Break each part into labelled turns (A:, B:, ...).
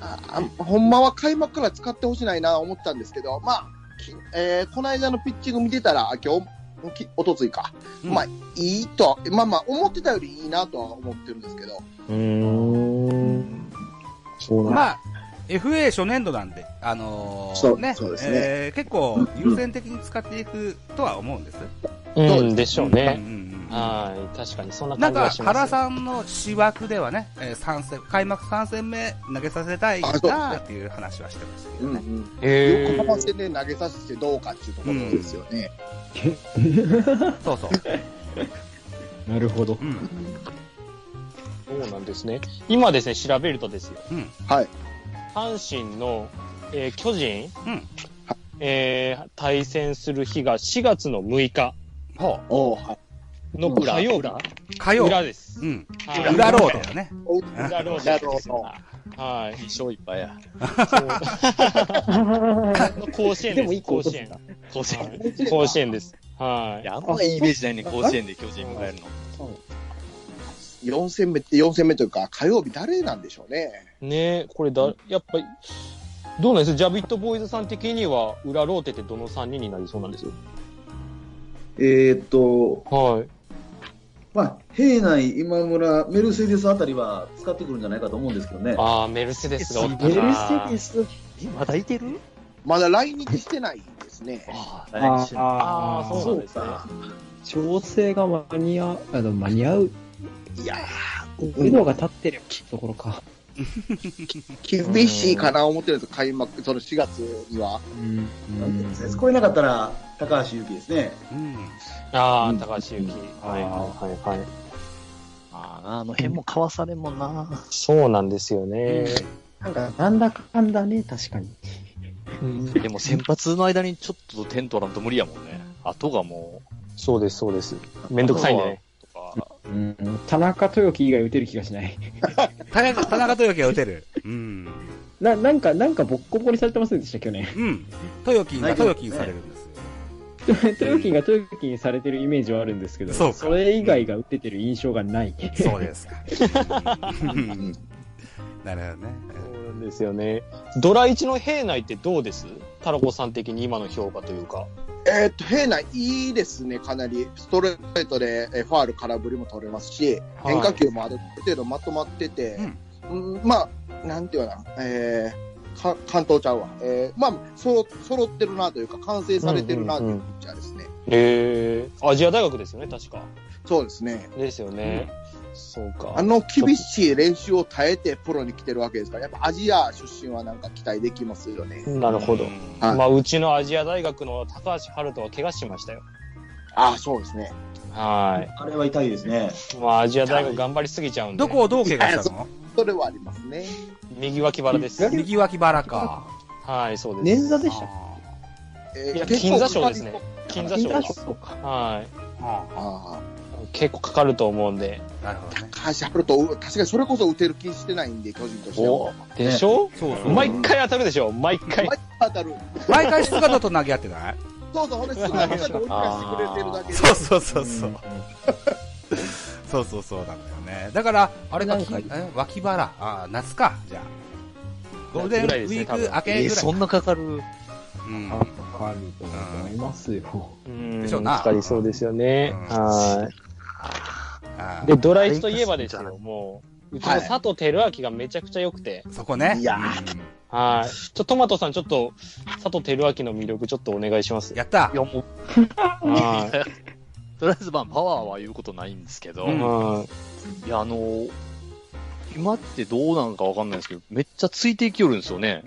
A: ああほんまは開幕から使ってほしないな思ったんですけど、まあきえーこの間のピッチング見てたら、今日、きおとついか、
B: うん
A: まあいいとは、まあまあ、思ってたよりいいなとは思ってるんですけど、
C: うーん。そうなんだ。
B: まあ、FA 初年度なんで、あのー
A: そう
B: ね
A: そうですね
B: えー結構優先的に使っていくとは思うんです。
C: うんでしょう
B: う
C: ね
B: ん。うんうん
C: はい。確かに、そんな
B: な
C: 感
B: ん
C: じ
B: か、
C: がしま
B: 原
C: す。
B: さんの私枠ではね、えー、三戦、開幕3戦目投げさせたいな
A: あそうですね
B: ーっていう話はしてましたけどね。
C: へ
A: 横浜
C: ー
A: 戦で投げさせてどうかっていうところですよね。
B: そうそう。
D: なるほど。
B: うん。
C: そうなんですね。今ですね、調べるとですよ。
B: うん。
A: はい。
C: 阪神の、えー巨人、
B: うん
C: えー対戦する日が4月の6日
B: ほ
A: おうはい
C: の
A: 裏
C: 火曜日。
B: う。火曜。
C: 裏です。
B: うん。
C: はい
B: 裏ロードだね。
A: おう
C: 裏ロー
A: 裏
C: ド
A: ロ
C: で
A: ー
C: す
A: ド
C: よ。はい。
E: 勝いっぱいや。
C: そう甲子園
D: で
C: で
D: も一
C: す。
D: 個
C: 甲子
D: 落とした
C: 園。
E: 甲子園。
C: 甲子園です。はい
E: や、あんまいいイメージないね、甲子園で巨人迎えるの。
A: 4戦目って4戦目というか、火曜日誰なんでしょうね。
C: い。ねえ、これだ、やっぱり、どうなんですジャビットボーイズさん的には、裏ローテってどの3人になりそうなんですよ。
F: えーっと、
C: はい。
F: まあ、平内、今村、メルセデスあたりは使ってくるんじゃないかと思うんですけどね。
C: ああ、メルセデスがおった
D: メルセ
C: な
D: デ。ス。
E: まだいてる
A: まだ来日してないですね。
C: あ
F: 来年一緒に
C: あー、そうなんですね。
D: 調整が間に合う、あの、間に合う。
A: いや
D: うのが立ってればってところか。
A: ー、厳しいかな思ってるんですよ、開幕、その4月には。
D: うん。
F: なんでですね超えなかったら、高橋優希ですね。
B: うん。
C: ああ、
F: うん
C: 高橋由紀。はいはいはいはい。
E: ああ、あの辺もかわされんもんな。
C: そうなんですよね。
D: なんか、なんだかんだね、確かに。
E: でも先発の間にちょっと点取らんと無理やもんね。あとがも
C: そうです、そうです。めんどくさいね。
E: う、とか。
D: うん。田中豊樹以外打てる気がしない。
B: 田中、田中豊樹が打てる。うん。
D: な、なんか、なんかボッコボコにされてませんでした、去年。
B: うん。豊樹が豊樹にされるんですよ。
D: 豊樹が豊樹にされてるイメージはあるんですけど、
B: そうか
D: れ以外が打ててる印象がない。
B: そうです か。うんなるほどね。
C: そうなんですよね。ドラ1の平内ってどうですタラコさん的に今の評価というか。
A: えーっと、平内、いいですね、かなり。ストレートでえーファール、空振りも取れますし、
C: はい
A: 変化球もある程度まとまってて、うんまあ、なんていうかな、えーか関東ちゃうわ。えーまあ、そろ揃ってるなというか、完成されてるなというピッチャーですね。
C: ええアジア大学ですよね、確か。
A: そうですね。
C: ですよね。そうか。
A: あの厳しい練習を耐えてプロに来てるわけですから、やっぱアジア出身はなんか期待できますよね。
C: なるほど。
A: はい
C: まあ、うちのアジア大学の高橋春人は怪我しましたよ。
A: ああ、そうですね。
C: は
F: あれは痛いですね。
C: い。まあ、アジア大学頑張りすぎちゃうんで。
B: どこをどう怪我したの
A: それはありますね。
C: 右脇腹です。
B: 右脇腹か。
C: はい、そうです。
D: 捻挫でしたっ
B: あ
A: え
C: いや、
A: 結構
C: 金座賞ですね。金
D: け
C: 座賞です。
D: そう
C: はい。
D: か。
B: あ
A: ああ。
C: 結構かかると思うんで。
B: なるほどね。
A: 高橋春人、確かにそれこそ打てる気してないんで、巨人としては。
C: でしょ
B: そうそう。
C: 毎回当たるでしょ毎回
A: 毎。回当たる。
B: 毎回菅野と投げ合ってない
A: そうそう、ほんで、すぐ当たって追い返してくれてるだけで。
B: そうそうそうそう。 そうそうそうなんだよね。だから、あれか、
D: なんか
B: きえ脇腹。ああ、夏か、じゃあ。ゴールデンウ
C: ぐらいです
B: ィ
C: ね
B: ーク明け
E: え
B: ぐらい
E: そ。んなかかる
B: うん
D: かかると思いますよ。
C: うん
B: でしょうな
C: かかりそうですよね。
B: うん
C: は
B: あ
C: い。
B: ー
C: で、ドラ1といえばですよ、もう。うちの
A: はい
C: 佐藤輝明がめちゃくちゃ良くて。
B: そこね。
A: いや
C: はい。ちょ、トマトさん、ちょっと、佐藤輝明の魅力、ちょっとお願いします。
B: やった
E: いや、もう、
C: は
E: とりあえず、まあ、パワーは言うことないんですけど、
B: う
C: い。
B: ん
C: はい
E: や、あのー、今ってどうなのかわかんないですけど、めっちゃついていきよるんですよね。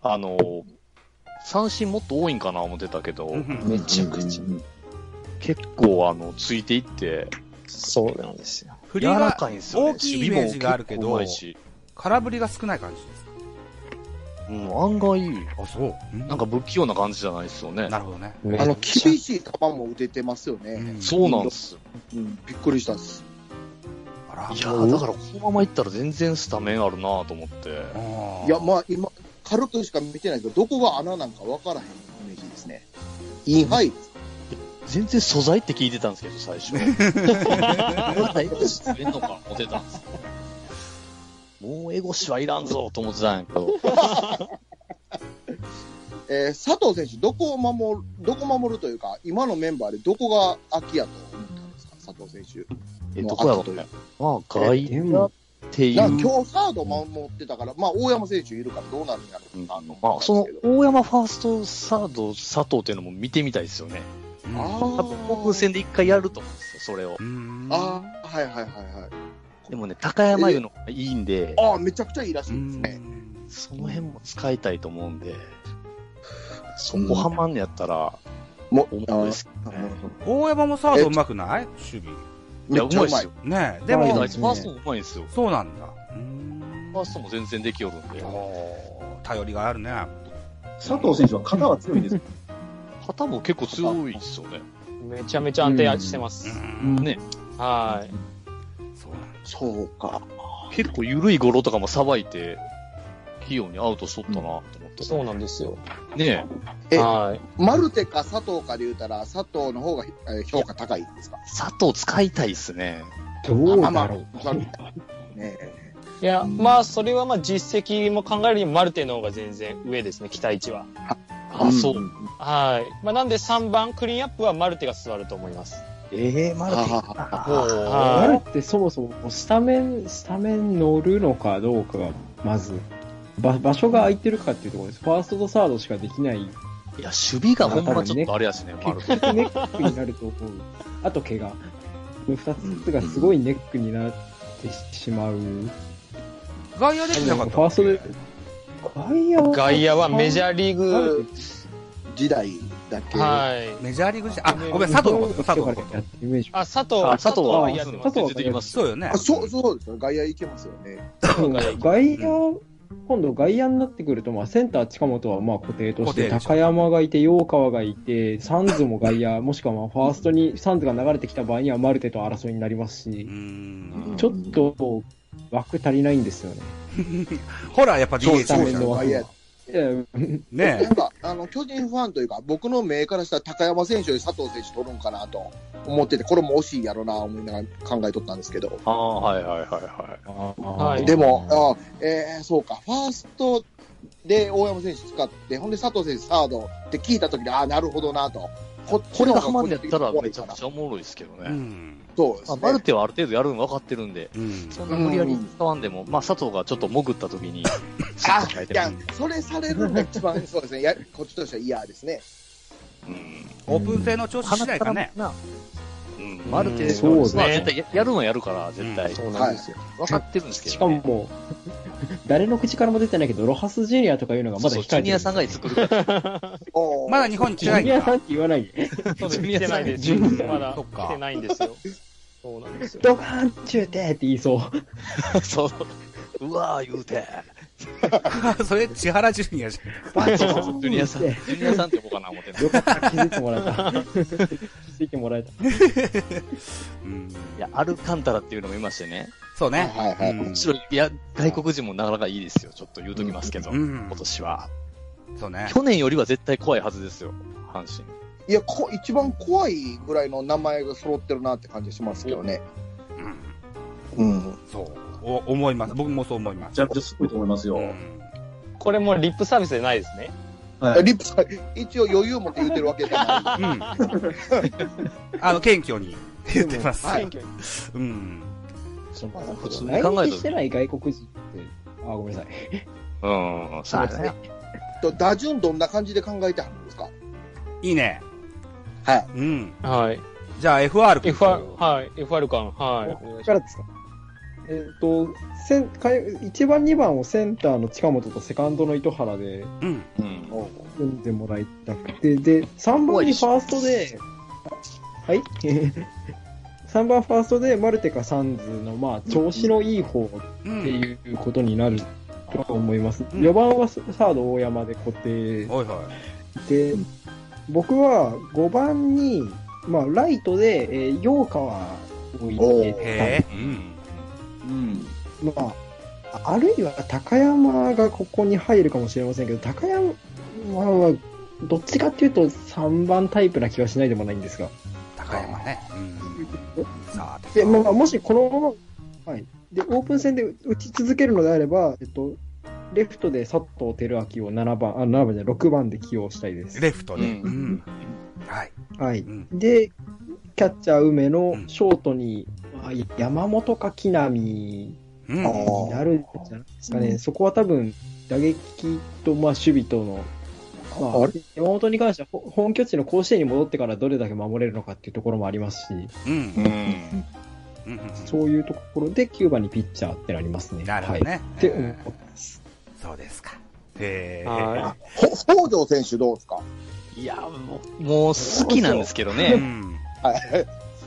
E: あのー、三振もっと多いんかな思ってたけど、
C: い。めちゃくちゃ。
E: 結構、あの、ついていって、
C: そうなんですよ。
B: 振り
E: 柔ら
B: が、
E: かいんですよね。
B: 大きい
E: 守備も
B: イメージがあるけど
E: 結構うまいし
B: 空振りが少ない感じですか
E: うん、案外、
B: あ、そう。うん
E: なんか不器用な感じじゃないですよね。
B: なるほどね。
A: あの、厳しい球も打ててますよね。
E: そうなんですよ。
A: うん、びっくりしたっす。
B: あら
E: いやーだからこのままいったら全然スタメンあるなと思って。
B: あー
A: いや、まあ、今、軽くしか見てないけど、どこが穴なんかわからへんイメージですね。インハイ。
E: 全然素材って聞いてたんですけど、最 初。まだ L 知ってんのか、思ってたんです。もうのエゴシはいらんぞと思ってたんやけど。
A: えー佐藤選手、どこを守る、どこ守るというか、今のメンバーでどこが秋やと思ったんですか、佐藤選手。
E: え、どこやろうね。まあ、外野ってい
A: な
E: う。
A: んか今日サード守ってたから、まあ、大山選手いるからどうなるんやろうなと思ったんですけど
E: まあ、その、大山ファースト、サード、佐藤っていうのも見てみたいですよね。
A: あ
E: 多分、航空戦で一回やると思うんですよ、それを。
B: うん。
A: あー、はいはいはいはい。
E: でもね、高山いうのがいいんで、
A: ああ、めちゃくちゃいいらし
B: う
A: いです
B: ん
A: ね。
E: その辺も使いたいと思うんで、そこはまんねやったら、
A: もう
E: 重、
A: あ
E: いです
A: ー
E: け
A: なるほど
B: 大山もサードうまくない守備。
E: ど。い
A: め
E: や、う
A: っちゃ
E: まいうっ
A: ますい
E: よ。。
B: ねえ、で
D: う
B: も
D: ま
E: ファ
D: いで
E: ー
D: すね
E: ストもうまいんですよ。
B: そうなんだ。うん
E: ファーストも全然できよるんで。
B: おー頼りがあるね。
F: 佐藤選手は肩は強いんですよ。
E: 肩も結構強いですよね。
C: めちゃめちゃ安定してます。
B: うん
E: ね。
C: はい。
B: そうなんだ
A: そうか。
E: 結構緩いゴロとかもさばいて、器用にアウトしとったなと思って。
C: そうなんですよ。
E: ね
A: え
C: はい。
A: マルテか佐藤かで言うたら、佐藤の方がえー評価高いんですか
E: え佐藤使いたいですね。
D: どう
A: あま
D: だ
A: あ
D: ろう。
A: まあねえ
C: いや、まあ、それはまあ、実績も考えるにマルテの方が全然上ですね、期待値は。
E: あ、そう。
C: はい。まあ、なんで3番、クリーンアップはマルテが座ると思います。
E: ええまだ
D: あれ
C: は
D: ってそもそもスタメン、スタメン乗るのかどうかが、まず、ば場所が空いてるかっていうところです。ファーストとサードしかできない、
E: いや、守備がほんまちょっとあれやしね、マル
D: 結
E: テ。
D: 局ネックになると思う。あと怪我。この二つがすごいネックになってしまう。
B: 外野できなかったっけ
D: ファーストで外野は。
C: 外野はメジ
D: ー
C: ャーリーグ、
A: 時代だけ。
C: はい。
B: メジャーリーグ時代、あ、ごめん、佐藤のこと、佐藤のこ
D: や
B: と
D: っ。てるイメージ。
C: あ、佐藤、
E: あ佐藤は、
C: や
E: 佐
C: ってま
E: 藤は
C: す。
E: 全然できます
B: そ
E: よ。
B: うよね。
A: あそう、そうですよ。外野いけますよね。
D: 外野、今度外野になってくると、まあ、センター近本はまあ固定とし
B: 固定
D: て、
B: でしょ
D: 高山がいて、洋川がいて、サンズも外野、もしくはまあファーストにサンズが流れてきた場合にはマルテと争いになります
B: う
D: し、
B: ん。
D: ちょっと枠足りないんですよね。
B: ほら、やっぱ DH で
D: スタメ
B: し
D: ンの
B: ょ。
D: 枠が。いや
B: ね
A: なんか、あの、巨人ファンというか、僕の目からしたら高山選手より佐藤選手取るんかなと思ってて、これも惜しいやろな、思いながら考えとったんですけど。
E: ああ、はいはいはいは
C: はい
A: でも、あえーそうか、ファーストで大山選手使って、ほんで佐藤選手サードって聞いたときに、ああ、なるほどなと。こ
E: い。これがハマ
A: ん
E: んねやったらめちゃ
A: そ
E: くちゃおもろいですけど
B: う
E: ね。
B: ん。
A: うです
E: まあ
A: ね。
E: マルテはある程度やるの分かってるんで、
B: うん。
E: そんな無理やり使わんでも、まあ佐藤がちょっと潜った時に、スッ
A: あ
E: と変え、て
A: い
E: る
A: や。、それされるのが一番、そうですね。や、こっちとしては嫌ですね。
E: うん
B: オープン戦の調子次第かね。
E: な。うん、マルテ、
D: そうですね
E: まあ絶対ややるのはやるから、絶対。
C: そうなんですよ。
E: 分かってるんですけ
D: し
E: ど
D: か
E: ね。
D: も、誰の口からも出てないけど、ロハスジュニアとかいうのがまだ
E: そう
D: 控え
E: ジ
D: て
E: ュ
D: る。
E: ニアさんが作るから。
A: おー
B: まだ日本に来
D: ジ
B: てない
D: ュ
B: ん
D: ニアさん
B: だ
D: っ。て言わないで。
C: そうです。来てないです
D: ジュ。ニア
C: まだ
B: そっか
C: 来てないんで すよ。そうなんですよ。
D: ドカーンチューテーって言いそう。
E: そう。うわー言うて。
B: それ、千原ジュニアじゃん。
E: そうそうそうジュニアさん、ジ
D: よ
E: ュニアさんって呼ぼうかな思ってね。
D: かった、気づいてもらえた。気づいてもらえた。
B: うん。
E: いや、アルカンタラっていうのもいましてね。
B: そうね。
A: はいはい。
B: うん
E: むしろ、いや、外国人もなかなかいいですよ。ちょっと言うときますけど、
B: うん
E: 今。年は。
B: そうね。
E: 去年よりは絶対怖いはずですよ、阪神。
A: いやこ、一番怖いぐらいの名前が揃ってるなって感じしますけどね。
B: うん。
A: うん。
B: そう。お思います。僕もそう思いま
F: め
B: す。
F: ちゃくちゃすごいと思いますよ。
B: うん
C: これもリップサービスでないですね。
F: はい。
A: リップさん、一応余裕持って言ってるわけじゃない。
B: うん。あの、謙虚に言ってます。
A: はい
C: 選挙に
B: うん。
D: その
A: 普
E: 通に考え
D: 来
E: たら
D: 日してない外国人って、あ、ごめんなさい。
E: うん、そうですね。
A: と打順どんな感じで考えてはるんですか
B: いいね。
A: はい。
B: うん。
C: はい。
B: じゃあ、FR 君。
C: FR、はい。FR 感、はい。お願いし
D: か
C: ま
D: らですかえっ、と、せんか1番、2番をセンターの近本とセカンドの糸原で
B: うん。
E: うん。
A: おう
D: 組んでもらいたくて、で、3番にファーストで、はい ?3 番ファーストでマルテかサンズの、まあ、調子のいい方
B: う
D: って
B: ん。
D: いうことになると思います。
B: うん
D: 4番はサード大山で固定
B: おいおい。
D: で、僕は5番に、まあ、ライトで、えー、洋川を入れて
B: へえ。うん。
F: うん。
D: た、まあ、あるいは高山がここに入るかもしれませんけど、高山は、どっちかっていうと3番タイプな気はしないでもないんですが。
B: 高山ね。うん。さあ、
D: で、
B: 高
D: まあ
B: 山
D: まあ、もしこのまま、はい。で、オープン戦で打ち続けるのであれば、えっと、レフトで佐藤輝明を7番、あ、7番じゃない6番で起用したいです。
B: レフトね。う。
E: うん
B: はい。。
D: はいう
B: ん。
D: で、キャッチャー梅の
B: うん
D: ショートに、あ山本か木浪に
B: うん。
D: なるんじゃないですかね。そこは多分、打撃と、まあ、守備との、ま
A: あ
D: あ、山本に関してはほ本拠地の甲子園に戻ってからどれだけ守れるのかっていうところもありますし、
B: うん。
E: う
B: うん
E: ん。
B: うん
D: そういうところで9番にピッチャーってなりますね。
B: なるほど
D: はい、
B: ね。
D: って
B: う
D: 思
B: ん
D: ってます。
B: そうですか。へ
C: は
A: ほ北条選手どうですか
E: いや、もう、もう好きなんですけど
B: え。う
E: ね。
B: ん。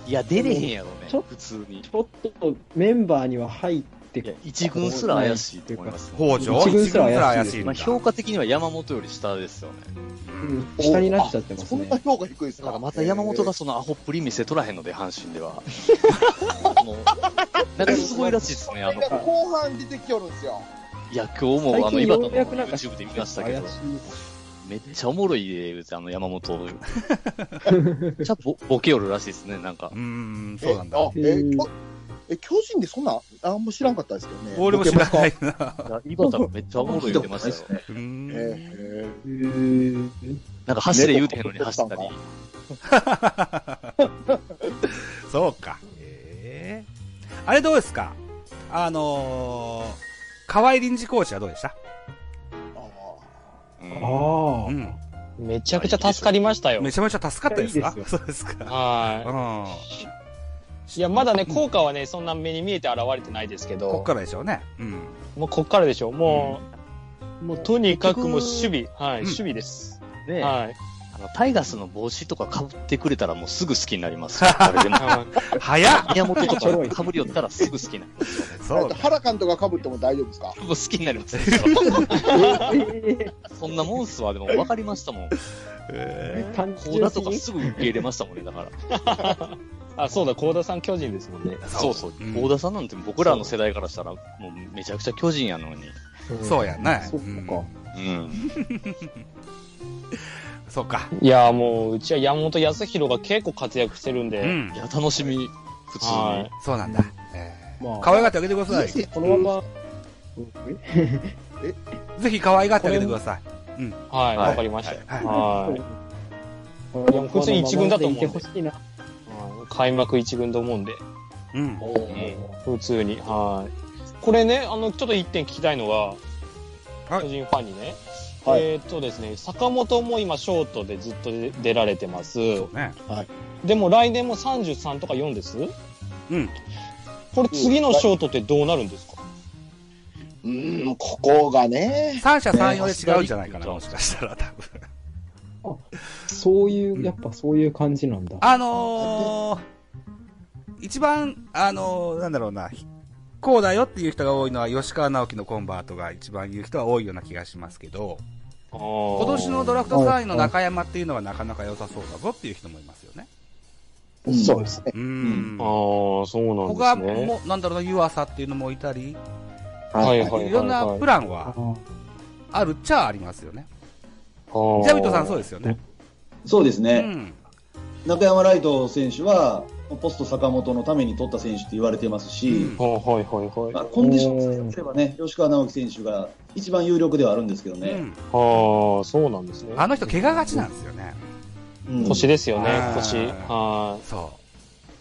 E: いや、出れへんやろね
D: ちょっ。
E: 普通に。
D: ちょっとメンバーには入って
E: いや、一軍すら怪しいと思います。
B: 北条一
D: 一軍
B: 軍
D: す
B: す
D: ら
B: ら怪
D: 怪
B: し
D: し
B: い
D: い
B: ん
E: ま
B: だ
E: あ、。評価的には山本より下ですよね。
D: うん下になっちゃってます
A: そん
D: ね
A: な。評価低いです
E: だか
A: から
E: また山本がそのアホっぷり見せとらへんので、阪神で は。もうなんかすごいらしいですね、あの
A: なん、か後半出てきよるんですよ。
E: いや、今日もあの、
D: 最近
E: 今田
D: よ
E: の
D: うやくなんか
E: YouTube で見ましたけど
D: 怪、し
E: めっちゃおもろいで、あの、山本。 めっちゃボボケおるらしいですね、なんか。
B: うん、そうなんだ
A: え。あえ
D: うん
A: きょえ、巨人でそんな、あんま知らんかったですけどね。
B: 俺も知らないな。
E: いや今田めっちゃおもろい言ってましたよ。
B: う
A: え
B: ん。
A: ーえ
D: いうん
E: なんか走れ言うてへんのに走ったり。
B: そうか。ええあれどうですかあのー、河合臨時コーチはどうでした
A: ーあ
E: うん
D: あ
B: う
D: あ、
B: ん。
C: めちゃくちゃ助かりましたよ。
B: めちゃめちゃ助かったですか
D: いやいいで
B: そうですか。うん。
C: はい。いや、まだね、効果はね、そんな目に見えて現れてないですけど、
B: こっからでしょうね。うん。
C: もうこっからでしょ。もう、もうとにかくもう
E: 結
C: 守備、はい、
B: うん
C: 守備です。
E: ねあ
C: はい。
E: の、タイガースの帽子とか被ってくれたらもうすぐ好きになり ます。誰でも。
B: 早っ
E: 宮本とか被り寄ったらすぐ好きになる。
A: ーえ
B: そ
A: っ
B: う
A: と
B: か。
A: 原監督がかぶっても大丈夫ですか
E: もう好きになります。
D: え
E: そんなもんっすわ。でも分かりましたもん。
B: え
D: え単
E: コー
D: 純
E: ダとか
D: に
E: すぐ受け入れましたもんね、だから。
C: あ、そうだ、幸田さん巨人ですもんね。
E: そうそう。
B: うん
E: 大田さんなんて僕らの世代からしたら、もうめちゃくちゃ巨人やのに。
B: ーそうやね。
D: そっか
E: うん。
B: うんそうか。
C: いや、もう、うちは山本康弘が結構活躍してるんで、
B: うん
E: い。や、楽しみ、普通
C: は
E: に。
B: そうなんだ。え
D: ま
B: ー、
D: あ
B: 可愛がってあげてください。
D: このまま、え
B: ぜひ可愛がってあげてください。
C: い。はい、
E: はい
C: わかりました。
B: はい
C: はい。いや普通に一軍だと思うんで
D: このままでいてほしいな。
C: はい開幕一軍と思うんで、
B: うん。
C: 普通に。はい。これね、あの、ちょっと一点聞きたいのが、
B: はい
C: 巨人ファンにね、
A: はい
C: えーっとですね、坂本も今、ショートでずっと出出られてます。
B: ね。
C: でも来年も33とか4です
B: うん。
C: これ次のショートってどうなるんですか、
A: うーん、ここがね。
B: 三者三様で違うんじゃないかな、もしかしたら、多分。
D: そういう、やっぱそういう感じなんだ。
B: あのー、一番、あのー、なんだろうな、こうだよっていう人が多いのは、吉川直樹のコンバートが一番言う人は多いような気がしますけど、今
C: 今
B: 年のドラフト3位の中山っていうのはなかなか良さそうだぞっていう人もいますよね。
A: そうですね。
B: うーん。
C: ああ、そうなんですね。
B: 他も、なんだろうな、湯浅っていうのもいたり、
C: はいはいいはい。
B: ろんなプラン
D: あ
B: は
D: ー
B: あるっちゃありますよね。ジ
C: ジ
B: ャビットさんそうですよね。
F: そうです
B: う
F: ね、
B: ん。
F: 中山ライト選手は、ポスト坂本のために取った選手って言われてますし、
B: うん
C: はいはいはい
F: まあ、
C: はい。
F: コンディションさえ良ければね、吉川尚輝選手が一番有力ではあるんですけど
B: う
F: ね、
B: ん。
C: ああ、そうなんですね。
B: あの人、怪我がちなんですよね。
F: うん
C: 腰ですよね
B: あー、
C: 腰。は
B: そう。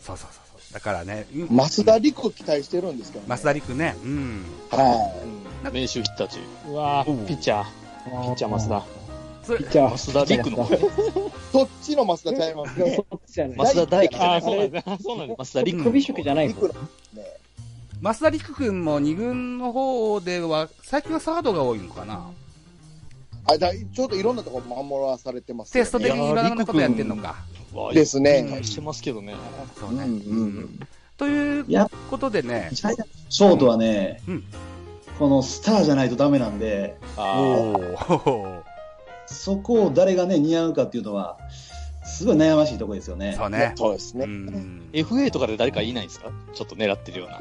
B: そうそうそうそう。だからね、うん
A: 増田陸期待してるんですけどね。
B: 増田陸ね。うん。
A: は
E: うん名手ヒッター中。
C: い。うわ
B: うん
C: ーピッチャー、ピッチャー増田。
B: それ
D: ピッチャー。
E: 増田陸の方。
A: い。そっちの増田ちゃいますね。
D: そっちじゃない
E: 増田大輝じゃ
C: あ
E: な
C: あ、
E: い
C: そうなんですね。そうなんです。
E: 増田陸の
D: 首職じゃない
A: いく
D: 方
A: らね。
B: 増田陸君も2軍の方では、最近はサードが多いのかな
A: あだちょっといろんなところ守らされてますよね、
B: テスト的にいろんなことやってんのか。
E: わあ
A: です
E: 期
A: ね。
E: 待してますけどね。
B: そう
A: うんう
B: ね。
A: ん。
B: という
F: いや
B: ことでね、
F: ショートはね、
B: うん
F: このスターじゃないとダメなんで、
E: あ
B: ー
F: そこを誰がね、似合うかっていうのは、すごい悩ましいところですよね
B: そ。うね。
A: そうですね。
B: うん
E: あ。FA とかで誰かいないんですかちょっと狙ってるような。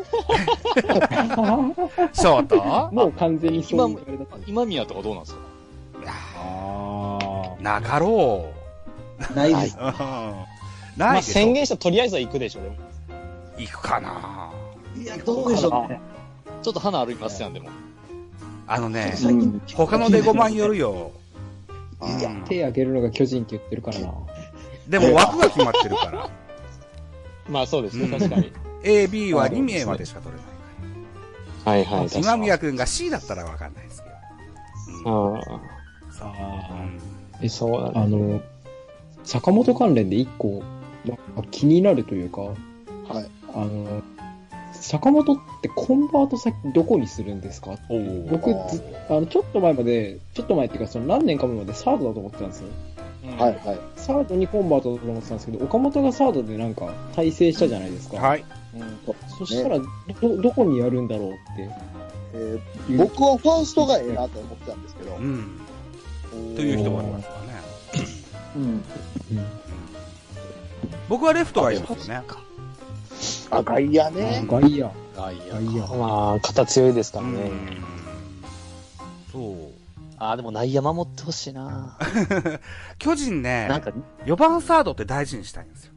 B: ショート
D: もう完全にそういうあれだった。
E: 今宮とかどうなんですか
D: あ
B: なかろ
F: ないです
B: う。うん。
C: ま
B: ないで
C: あ
B: しょ
C: 宣言したらとりあえずは行くでしょ、でも。
B: 行くかな
F: いや、どうでしょう
D: か
F: ね。
E: ちょっと花歩きますやん、でも。
B: あのね、
F: 最近
B: 他のデゴマによるよ。
D: いや
B: うん
D: 手開けるのが巨人って言ってるからな。
B: でも枠が決まってるから。
C: まあそうです
B: うん
C: ね、確かに。
B: A、B は2名までしか取れないか
C: はいは
B: ら。
C: い、確
B: 今
C: かに。
B: 宮くんが C だったらわかんないですけど。うん
C: うん
B: そう
D: あ
B: うん
D: え、
C: そうだね
D: あの、坂本関連で一個、まあ気になるというか、
A: はい。
D: あの、坂本ってコンバート先どこにするんですか
B: おー
D: 僕ずあの、ちょっと前まで、ちょっと前っていうか、その何年か前までサードだと思ってたんですよ。
A: はい、はい。
D: サードにコンバートだと思ってたんですけど、岡本がサードでなんか、体制したじゃないですか。
B: はい。
D: そしたら、ど、どこにやるんだろう
A: えー
D: っていう。
A: 僕はファーストがええなと思ってたんですけど
B: う。ん。という人もいますからね。
F: うん。
D: うん
B: 僕はレフトがいいですよね。
A: あ、外野ね。
D: 外野、
E: 外野。
D: 外野。
C: まあ、肩強いですか
B: う
C: らね。
B: ん。そう。
E: ああ、でも内野守ってほしいな。
B: 巨人ね、
E: なんか、
B: 4番サードって大事にしたいんですよ。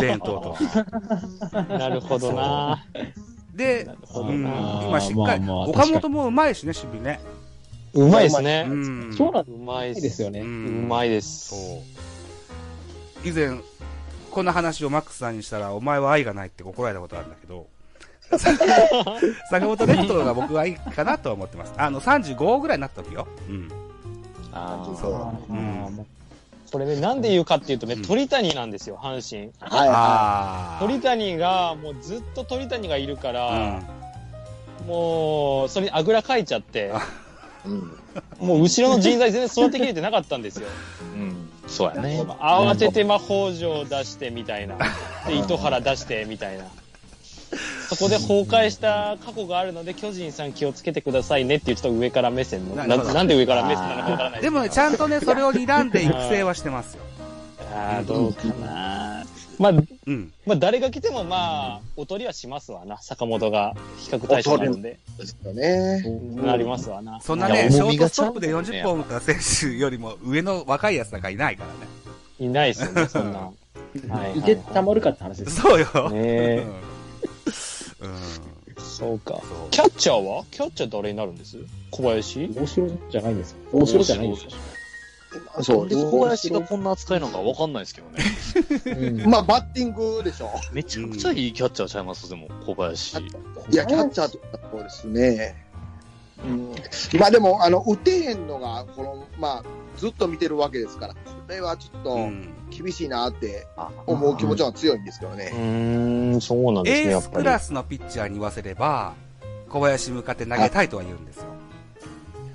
B: 伝統 として。
C: なるほど な。
B: で、
C: なるほ
B: う
C: ど
B: ん、
C: な。
B: 今しっかり、
D: まあまあ
B: 岡本もうまいしね、守備ね。
C: うまいですね。
B: うん。
D: そうなん
C: うまいっ
D: ですよね
B: う。
C: うんまいです。
B: そう。以前、こんな話をマックスさんにしたら、お前は愛がないって怒られたことあるんだけど、坂本レフトが僕はいいかなとは思ってます。あの、35ぐらいになった時よ。うん。
E: あー
A: そう
D: あーまあまあ
C: それね、なんで言うかっていうとね
B: うん、
C: 鳥谷なんですよ、阪神。
A: はい、は
B: あー
C: 鳥谷が、もうずっと鳥谷がいるか
B: う
C: ら、
B: ん
C: もう、それにあぐらかいちゃって、
E: うん。
C: もう後ろの人材全然育てきれてなかったんですよ。
E: うん。そうやね。
C: 慌てて魔法城出してみ たいな。で、糸原出してみたいな。そこで崩壊した過去があるので、巨人さん気をつけてくださいねっていうちょっと上から目線の。
B: な
C: な
B: るほど
C: なんで上から目線なのかわからない
B: でもね、ちゃんとね、それを睨んで育成はしてますよ。
C: ああ、どうかな。まあ、
B: うん。
C: まあ、誰が来てもまあ、おとりはしますわな。坂本が比較対象なんで。
A: い。ですよね。
C: なりますわな。
B: そんないね、
E: や
B: ショ
E: 重み
B: ート
E: が
B: ストップで
E: ちゃんと
B: 40
E: ね
B: 本打った選手よりも上の若いやつなんかいないからね。
C: いないですよね、そんな。はいはい
D: いてたまるかって話です。
B: そうよ。う
C: ね
B: んうん。
C: そうか。
B: そう
C: キャッチャーはキャッチャー誰になるんです小林
D: 大城じゃないんですよ。大城じゃないんですよ。
A: そ
E: なんで小林がこんな扱いなんかわかんないですけどね。
A: まあ、バッティングでしょ
E: めちゃくちゃいいキャッチャーちゃいます、でも、小林。
A: う。いや、キャッチャーとかそうですね。うん、まあでも、あの、打てへんのが、この、まあ、ずっと見てるわけですから、これはちょっ
B: う
A: と
B: ん
A: 厳しいなって
E: あ
A: 思う気持ちは強いんですけど
C: う
A: ね。
C: ーん、そうなんですね、
B: エ
C: や
B: ー
C: っ
B: ス
C: ぱ
B: ク
C: り。
B: ラスのピッチャーに言わせれば、小林向かって投げたいとは言うんですよ。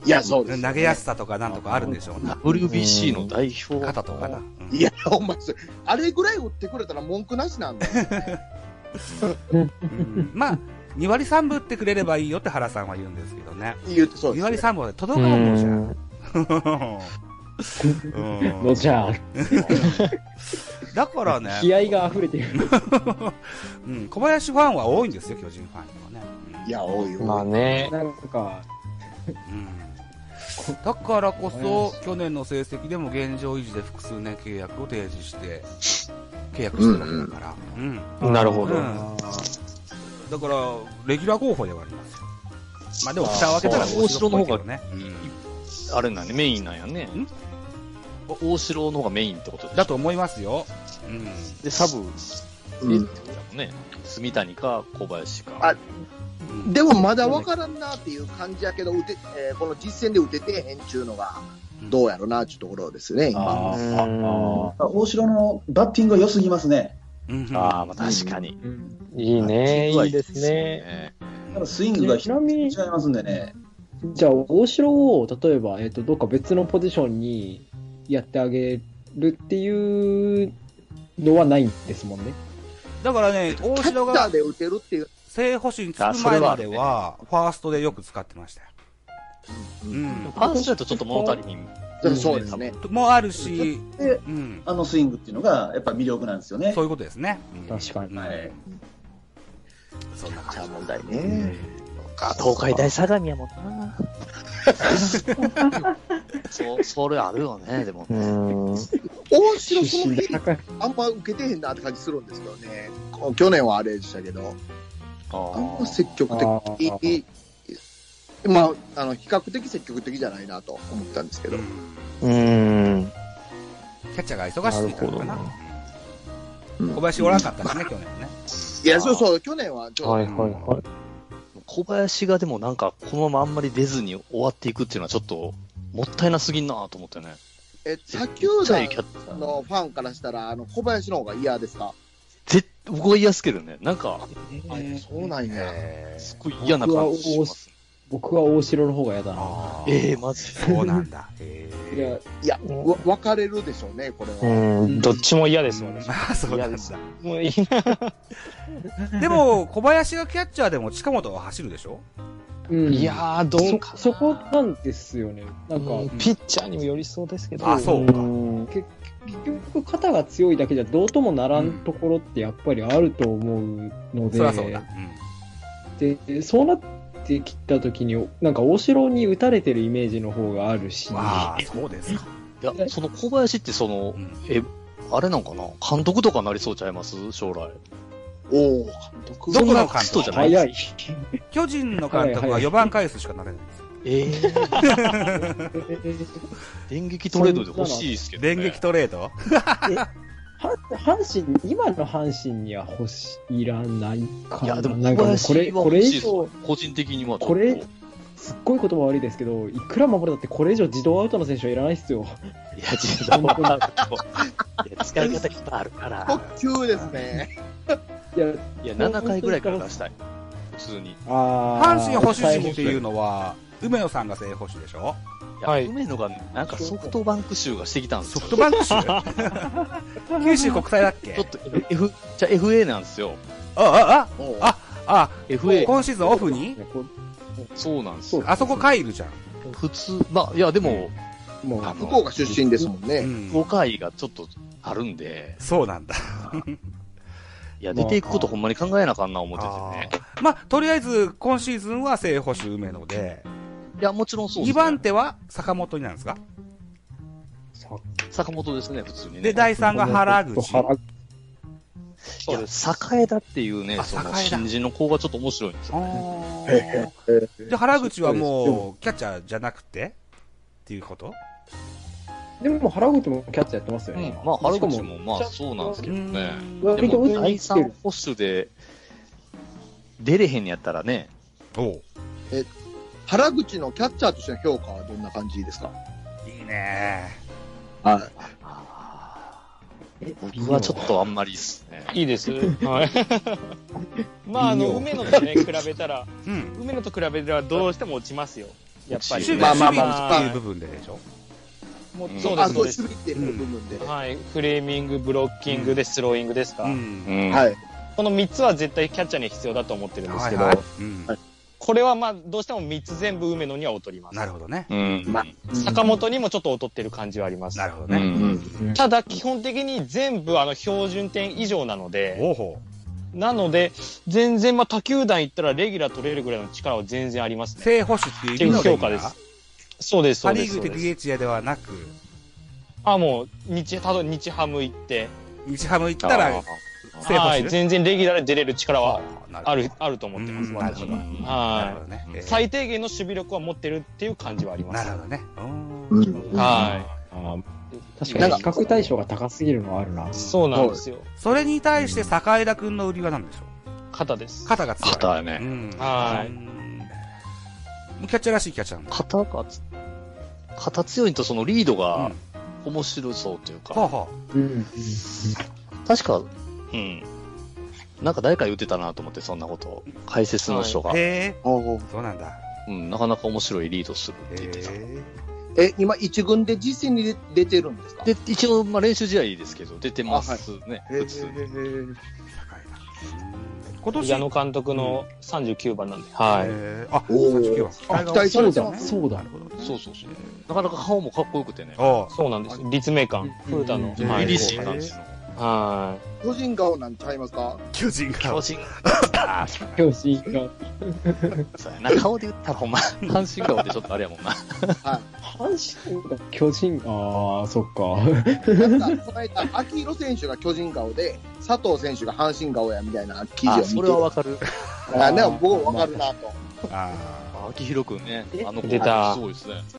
A: いや、そうです、
B: 投げやすさとかなんとかあるんでしょうね。
E: WBC の代表。
B: 肩とかな。
A: いや、ほんまそうあれぐらい打ってくれたら文句なしなんだよ。
B: うんまあ、2割3分打ってくれればいいよって原さんは言うんですけどね。
A: 言ってそうで
B: 2
A: す、
B: 割
A: ね。
B: 3分で届
C: う
B: かんもんじゃ
C: ー
B: ん。
C: ん
B: うん
D: のじゃあ、
B: だからね、
D: 気合が溢れてる。
B: うん、小林ファンは多いんですよ、巨人ファンにはね。うん
A: いや、多いよ。
C: まあね。
D: なんか、
B: うんだからこそ、去年の成績でも現状維持で複数年契約を提示して、契約してるわけだから。うん。
C: なるほど。
B: うんだから、レギュラー候補ではありますよ。まあでも、蓋を開けたら大城っぽいけどね。
E: あれなんね、メインなんやね
B: ん。
E: お大城の方がメインってことでしょ
B: だと思いますよ。うん。
E: で、サブ、
A: うん
E: でってことだもんね。住谷か小林
A: あ
E: か。
B: うん
A: でもまだ分からんなっていう感じやけど、打てえーこの実戦で打ててへんちゅうのが、どうやろなっていうところですね、今。
C: う
E: あ
C: ーん
F: 大城のバッティングが良すぎますね。
B: うん
E: ーあー、まあ確かに。
C: いいね、いいですね。
E: ね。
F: ただスイングが
D: ちなみ
F: 違
D: に
F: いますんでね。
D: じゃあ、大城を、例えば、えっ、と、どっか別のポジションにやってあげるっていうのはないんですもんね。
B: だからね、大
A: キャッ
B: 城
A: チャ
B: が
A: ーで打てるっていう、
B: 正捕手につく前までは、ファーストでよく使ってましたよ。うん。
E: パンチだとちょっと物足りひん。
A: そうですね。
B: もあるし、
F: で
B: うん。
F: あのスイングっていうのがやっぱ魅力なんですよね
B: そ。ういうことですね。
D: 確か
B: うん
D: に。
F: はい。
B: そんな
E: じゃ
B: 感
E: あ問題
A: ね
E: ね。東海大相模やもんな。そう、それあるよね、でも。
C: うん。
A: 大城、そ
D: 出
A: の
D: 身
A: 日
D: 高い。
A: あんま受けてへんなって感じするんですけどね。こう去年はあれでしたけど。あんま
E: あ
A: 積極
D: あ
A: 的まあ、あの、比較的積極的じゃないなと思ったんですけど。
E: うーん。
B: キャッチャーが忙しすぎたのかな
E: なるほ
A: うん
B: 小林おらんかったしね、去年ね。
A: いや、そうそう、去年はちょっと、
E: はいはいはい。小林がでもなんか、このままあんまり出ずに終わっていくっていうのはちょっと、もったいなすぎんなと思ってね。
A: え、他球
E: ちっちゃ
A: 団
E: いキャッチャー
A: のファンからしたら、あの、小林の方が嫌ですか
E: 絶僕は嫌っすけどね。なんか、
A: あ、そうなんや。
B: え
E: す
B: ー
E: ごい嫌な感じします。
D: 僕は大城の方が嫌だな。
B: あー
E: ええー、マジ。
B: そうなんだ。え
D: いや
B: ー、、
A: いや、わ分かれるでしょうね、これは。
E: ん
C: どっちも嫌ですよ、私。
B: まあ、 そうなん
C: 嫌で
B: だ。
C: すもういいな。
B: でも、小林がキャッチャーでも近本は走るでしょ
D: うん
C: いやー、どうか
D: そ、そこなんですよね。なんか、
C: うんピッチャーにもよりそうですけど。
B: あ、そうか。
D: 結局肩が強いだけじゃどうともならんところってやっぱりあると思うので、
B: そりゃそうだ。
D: でそうなってきた時に、なんか大城に打たれてるイメージの方があるし、
B: うん。わあ、そうですか。
E: いや、その小林ってその
B: う、ん。
E: え、あれなんかな監督とかなりそうちゃいます将来。
A: おお監督。
B: どこの監
E: そんな人じ
B: 督
E: ゃない
D: 早い。
B: 巨人の監督は4番返すしかなれないんですよ。
E: ええー、電撃トレードで欲しいですけど、ね。
B: 電撃トレード
D: は阪神、今の阪神には欲しいらないかな。
E: いや、でも
D: なんか
E: 小
D: も
E: 林は
D: うこれ、
E: 欲
D: これ
E: しい
D: 以
E: ですよ
D: 上、
E: 個人的にはちょっと。
D: これすっごい言葉悪いですけど、いくら守るだってこれ以上自動アウトの選手はいらないっすよ。
E: いや、自動はないや使い方いっぱいあるから。
A: 特急ですね。
D: いや、
E: いや、7回ぐらいから出したい。普通に。い
D: あ
B: 阪神保守陣っていう
D: の。
B: のは、梅野さんが正捕手でしょ
E: や、
C: はい
E: 梅野がなんかソフトバンク州がしてきたんです
B: ソ
E: よ。
B: フトバンク州九州国際だっけ
E: ちょっと F、じゃあ FA なんですよ。
B: あ、あ、
A: おう
B: あ、あ、あ、
E: FA。
B: 今シーズンオフに
E: そうなんですよ。
B: あそこ帰るじゃん。
E: 普通、まあ、いや、でも、
D: もう
E: あの
A: 福岡出身ですもん
B: う
A: ね。
B: ん
E: 福岡愛がちょっとあるんで、
B: そうなんだ。
E: いや、出ていくことほんまに考えなあかんな思っててね。
B: あーまあ、とりあえず、今シーズンは正捕手梅野で、
E: いや、もちろんそうです、
B: 2
E: ね。
B: 番手は坂本になるんですか
E: 坂本ですね、普通にね。
B: で、第3が原口。
D: 原
E: いや、栄田っていうね、
B: あ
E: その
B: 栄田
E: 新人の子がちょっと面白いんですよ。
B: あーで、原口はもう、キャッチャーじゃなくてっていうこと
D: でも原口もキャッチャーやってますよ
E: うん
D: ね。
E: まあ、原口
D: しか
E: もまあそうなんですけどね。
D: うん
E: で
D: 割と
E: も、
D: 打
E: 第
D: って
E: 3
D: る。
E: 保守で、出れへんやったらね、
B: おう
A: 原口のキャッチャーとしての評価はどんな感じですか
B: いいね
A: は
E: 僕はちょっとあんまりっすね。
C: いいです。はい。 まあ、あの、梅野とね、比べたら、
B: うん。
C: 梅野と比べたらどうしても落ちますよ。やっぱ
E: い
B: 守
C: り。
E: 落ちる
B: 備、
A: まあまあ
B: 守
A: まあ
B: 備っていう部分ででしょ
C: もう
E: うん
C: そう
A: い。
C: で
A: あ、
C: す
A: そう、
C: そう
A: 守備
C: です。
A: っていう部分で。は
C: はい。フレーミング、ブロッキングでスローイングですか。
B: うん。
E: んい。
A: い。
C: この3つは絶対キャッチャーに必要だと思ってるんですけど、
B: はいはいうん
C: これはまあ、どうしても3つ全部梅野には劣ります。
B: なるほどね。
E: うん。
A: まあ
C: 坂本にもちょっと劣ってる感じはあります。
B: なるほどね。
E: うん。
C: ただ、基本的に全部あの標準点以上なので、
B: おうほ
C: なので、全然まあ、他球団行ったらレギュラー取れるぐらいの力は全然あります
B: う。
C: ね。
B: 正捕手っていう意味の
C: っていう評
B: レギュ
C: 価
B: ラ
C: で
B: ー
C: すそうです、そ
B: パ
C: う
B: リ
C: で
B: ー
C: す。
B: グ
C: そう
B: で
C: です
B: DH ではなく、
C: あ、もう、日、ただ日ハム行って、
B: 日ハム行ったら
E: あ、
B: 正捕
C: はい、
B: 手
C: 全然レギュラーで出れる力は
B: な
C: あ
B: ほ
C: る
B: ど、
C: あると思ってます。
B: うん
C: 私は
B: なるなるほ
C: は
B: どね。
E: うん
B: え
C: い。
B: ー
C: 最低限の守備力は持ってるっていう感じはありま
B: な
C: す
B: る。ほどね。う
A: う
B: ん
A: ん
C: は
D: 確かに比較対象が高すぎるのはあるな。
C: い。そうなんですよ。
B: それに対して、坂枝くんの売りは何でしょ
C: 肩です
B: う。肩が強い。
E: 肩や
B: う
E: ね。
B: ん。
C: はい
B: い。キャッチャーらしいキャッチャーなんだ。
E: 肩がつ、肩強いとそのリード
B: う
E: が
B: ん
E: 面白そうというか、
B: ほうほ
D: うん。
E: 確か、うん。なんか誰か言ってたなと思って、そんなこと。解説の人が
B: う。。へえ。
A: おう
B: そうなんだ。
E: うん、なかなか面白いリードするって言
B: へ
E: ってた。
B: え。
A: え、今、一軍で実戦に出出てるんですか
E: で、一応、まあ練習試合ですけど、出てますね、
A: へー
E: 普通に。
B: 坂枝。うん今年
C: 矢野監督の39番なんで。はい。
B: えーあ、
A: おー
B: 39は期待が大きい
D: そう
B: です
D: だ、
B: ね。
D: そうだ。
E: そうそうそう。なかなか顔もかっこよくてね。
B: あ
C: そうなんです。立命館、古田の。
B: うん
C: はい
E: 凛々しい感じの。
C: はい。
A: 巨人顔なんちゃいますか
B: あ、巨人
E: 巨
B: が。
E: 人。
D: 教師が。
E: そうやな、顔で言ったらほんま、阪神顔でちょっとあれやもんな。
D: 阪神が巨人、ああ、そっか。
A: なんか、この間、秋広選手が巨人顔で、佐藤選手が阪神顔やみたいな記事を
E: あ、
A: 見て
E: それはわかる。
A: あ、でも僕わかるなと。
B: ああ。
E: 秋広くんね、あの子
C: 出た
E: すごいですね。